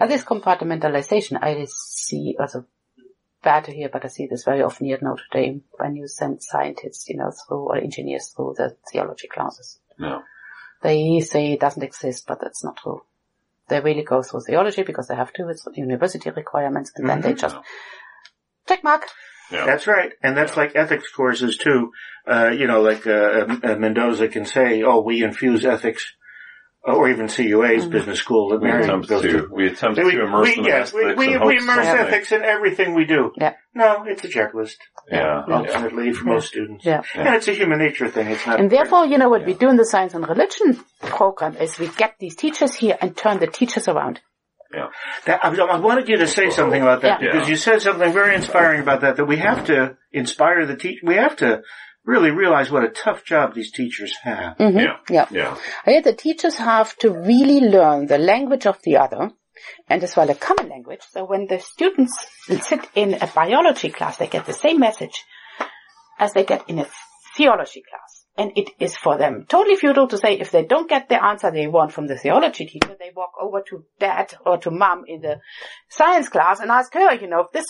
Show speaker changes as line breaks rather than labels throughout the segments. And this compartmentalization, I see, also bad to hear, but I see this very often here at Notre Dame when you send scientists, you know, through or engineers through the theology classes.
No.
They say it doesn't exist, but that's not true. They really go through theology because they have to, it's university requirements, and then they just,
No.
check mark,
Yeah.
That's right, and that's like ethics courses too. Uh, you know, like uh, uh, Mendoza can say, "Oh, we infuse ethics," uh, or even CUA's
Mm-hmm.
business school that
we
Mary
attempt
goes
to, we attempt
We,
to immerse
we,
them in
yes, we,
ethics
we,
and
we
hope
immerse
something-
ethics in everything we do.
Yeah.
No, it's a checklist,
Yeah.
Yeah.
yeah.
ultimately, for most students.
Yeah.
And it's a human nature thing. It's not.
And therefore, you know what we do in the science and religion program is we get these teachers here and turn the teachers around.
That, I, I wanted you to say something about that
Yeah.
because
Yeah.
you said something very inspiring about that. That we have to inspire the teach. We have to really realize what a tough job these teachers have.
Yeah.
Mm-hmm. Yeah.
Yeah.
Here the teachers have to really learn the language of the other and as well a common language. So when the students sit in a biology class, they get the same message as they get in a theology class. And it is for them totally futile to say if they don't get the answer they want from the theology teacher, they walk over to dad or to mom in the science class and ask her, you know, if this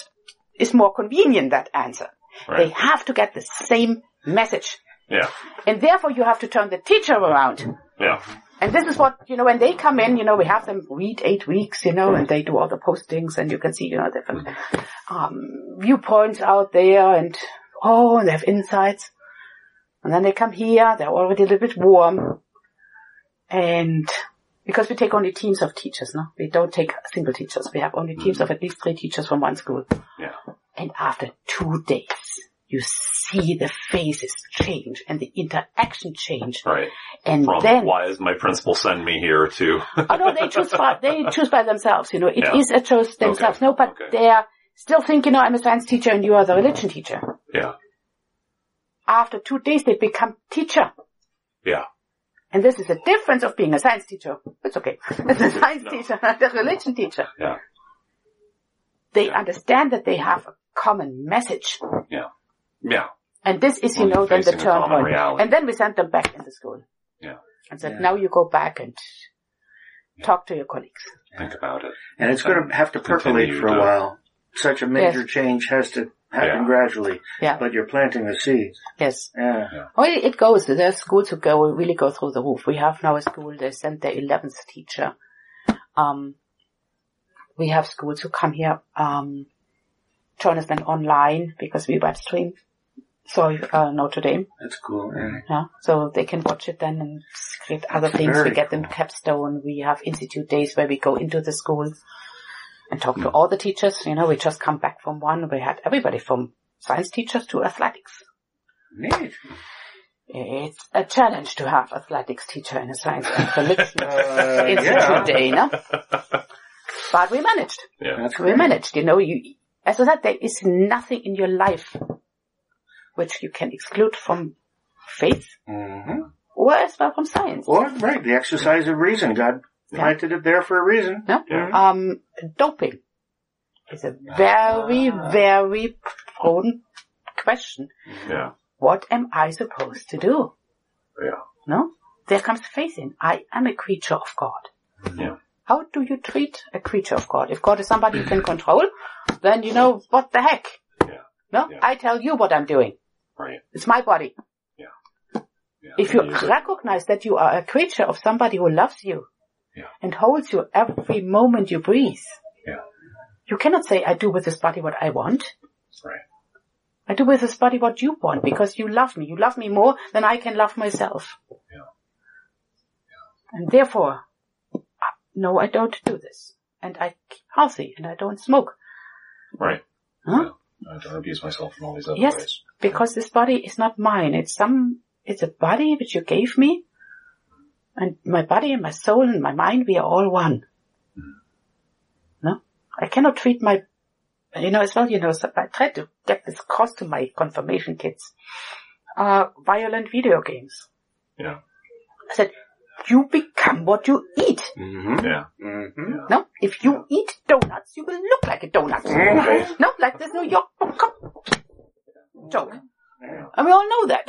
is more convenient, that answer. They
Right.
have to get the same message.
Yeah.
And therefore you have to turn the teacher around.
Yeah.
And this is what, you know, when they come in, you know, we have them read eight weeks, you know, and they do all the postings and you can see, you know, different, um, viewpoints out there and, oh, and they have insights. And then they come here, they're already a little bit warm. And because we take only teams of teachers, no? We don't take single teachers. We have only teams of at least three teachers from one school.
Yeah.
And after two days, you see the faces change and the interaction change.
Right.
And
From
then
why is my principal send me here to?
Oh no, they choose by they choose by themselves. You know, It is
Yeah.
a choice themselves.
Okay.
No, but
Okay. Mm-hmm.
they are still think, you know, I'm a science teacher and you are the religion teacher.
yeah.
After two days, they become teacher,
Yeah.
and this is the difference of being a science teacher. It's okay, it's a science
No.
teacher, not a religion teacher.
Yeah.
They
Yeah.
understand that they have a common message,
Yeah. Yeah.
and this is, you
Well,
know, then the
facing a
turn
common
point.
reality.
And then we send them back into school
Yeah.
and said,
Yeah.
now you go back and talk to your colleagues.
Think about it.
and it's going to have to percolate
Continue
for a
to-
while. Such a major change has to happen
Yeah.
gradually,
Yeah.
but you're planting the seeds.
Yes.
Yeah.
Well, it goes. There are schools who go really go through the roof. We have now a school they sent their eleventh teacher. Um, we have schools who come here. Um, join us then online because we web stream. So uh, Notre Dame,
That's cool. Yeah.
yeah. So they can watch it then and create other
That's
things. We
very
get them capstone. We have institute days where we go into the school and talk to all the teachers. You know, we just come back from one. We had everybody from science teachers to athletics.
Neat.
It's a challenge to have athletics teacher in a science and religion
Uh, yeah.
institute day, no? But we managed.
Yeah.
That's
We
great.
managed. You know, you as I said, there is nothing in your life which you can exclude from faith
hmm
or as well from science.
Or, right, the exercise of reason. God planted it there for a reason.
No?
Yeah.
Um, doping is a very,
Ah.
very prone question.
Yeah.
What am I supposed to do?
Yeah.
No? There comes faith in. I am a creature of God.
Yeah.
How do you treat a creature of God? If God is somebody you can control, then you know what the heck.
Yeah.
No,
Yeah.
I tell you what I'm doing.
Right.
It's my body.
Yeah.
If you
And use it.
recognize that you are a creature of somebody who loves you
Yeah.
and holds you every moment you breathe,
Yeah.
you cannot say, I do with this body what I want.
Right.
I do with this body what you want because you love me. You love me more than I can love myself.
Yeah.
And therefore, I- no, I don't do this. And I keep healthy and I don't smoke.
Right.
Huh?
Yeah. I don't abuse myself in all these other
Yes.
ways.
Because this body is not mine. It's some, it's a body which you gave me. And my body and my soul and my mind, we are all one. No? I cannot treat my, you know, as well, you know, so I tried to get this across to my confirmation kids. Uh, violent video games.
Yeah.
I said, you become what you eat.
Mm-hmm.
Yeah.
Mm-hmm.
No, if you eat donuts, you will look like a donut.
Mhm.
No, like this New York cop joke.
Yeah.
And we all know that.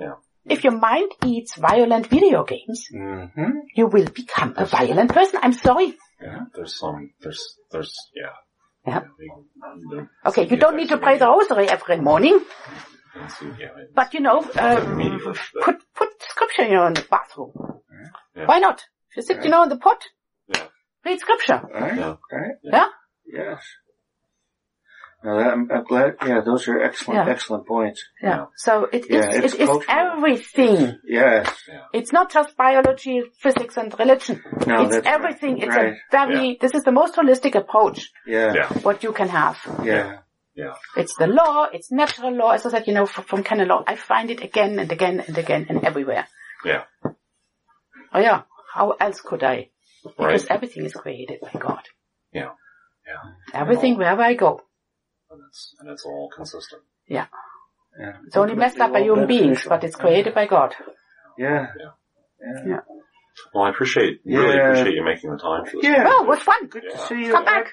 Yeah.
If your mind eats violent video games,
Mm-hmm.
you will become a violent person. I'm sorry.
Yeah. Yeah, there's some, there's, there's, yeah.
Yeah.
we-
Okay, you don't need to pray the
Yeah,
rosary every morning,
yeah,
but you know, um,
Medieval stuff.
put put scripture you know, in the bathroom.
Yeah.
Why not? If you sit, you know, in the pot,
Yeah.
read scripture.
Alright,
Yeah.
alright.
Yeah.
Yes. Now that, I'm, I'm glad, yeah, those are excellent,
Yeah.
excellent points.
Yeah. So it,
Yeah,
it's,
it's
it is
cultural.
everything.
Yes.
It's not just biology, physics, and religion.
No,
it's
that's
everything. It's
right.
a very. This is the most holistic approach
Yeah.
yeah,
what you can have.
Yeah.
yeah,
It's the law. It's natural law. As I said, you know, from, from canon law, I find it again and again and again and everywhere.
yeah,
Oh yeah. How else could I?
right,
Because uh, everything is created by God.
yeah, yeah.
Everything wherever I go.
And it's, and it's all consistent.
Yeah.
Yeah.
It's only messed up by human beings, but it's created by God.
Yeah.
Yeah.
Yeah.
Well, I appreciate, really
Yeah.
appreciate you making the time for this.
Yeah.
Oh, it was fun.
Good
Yeah.
to see you.
Come back.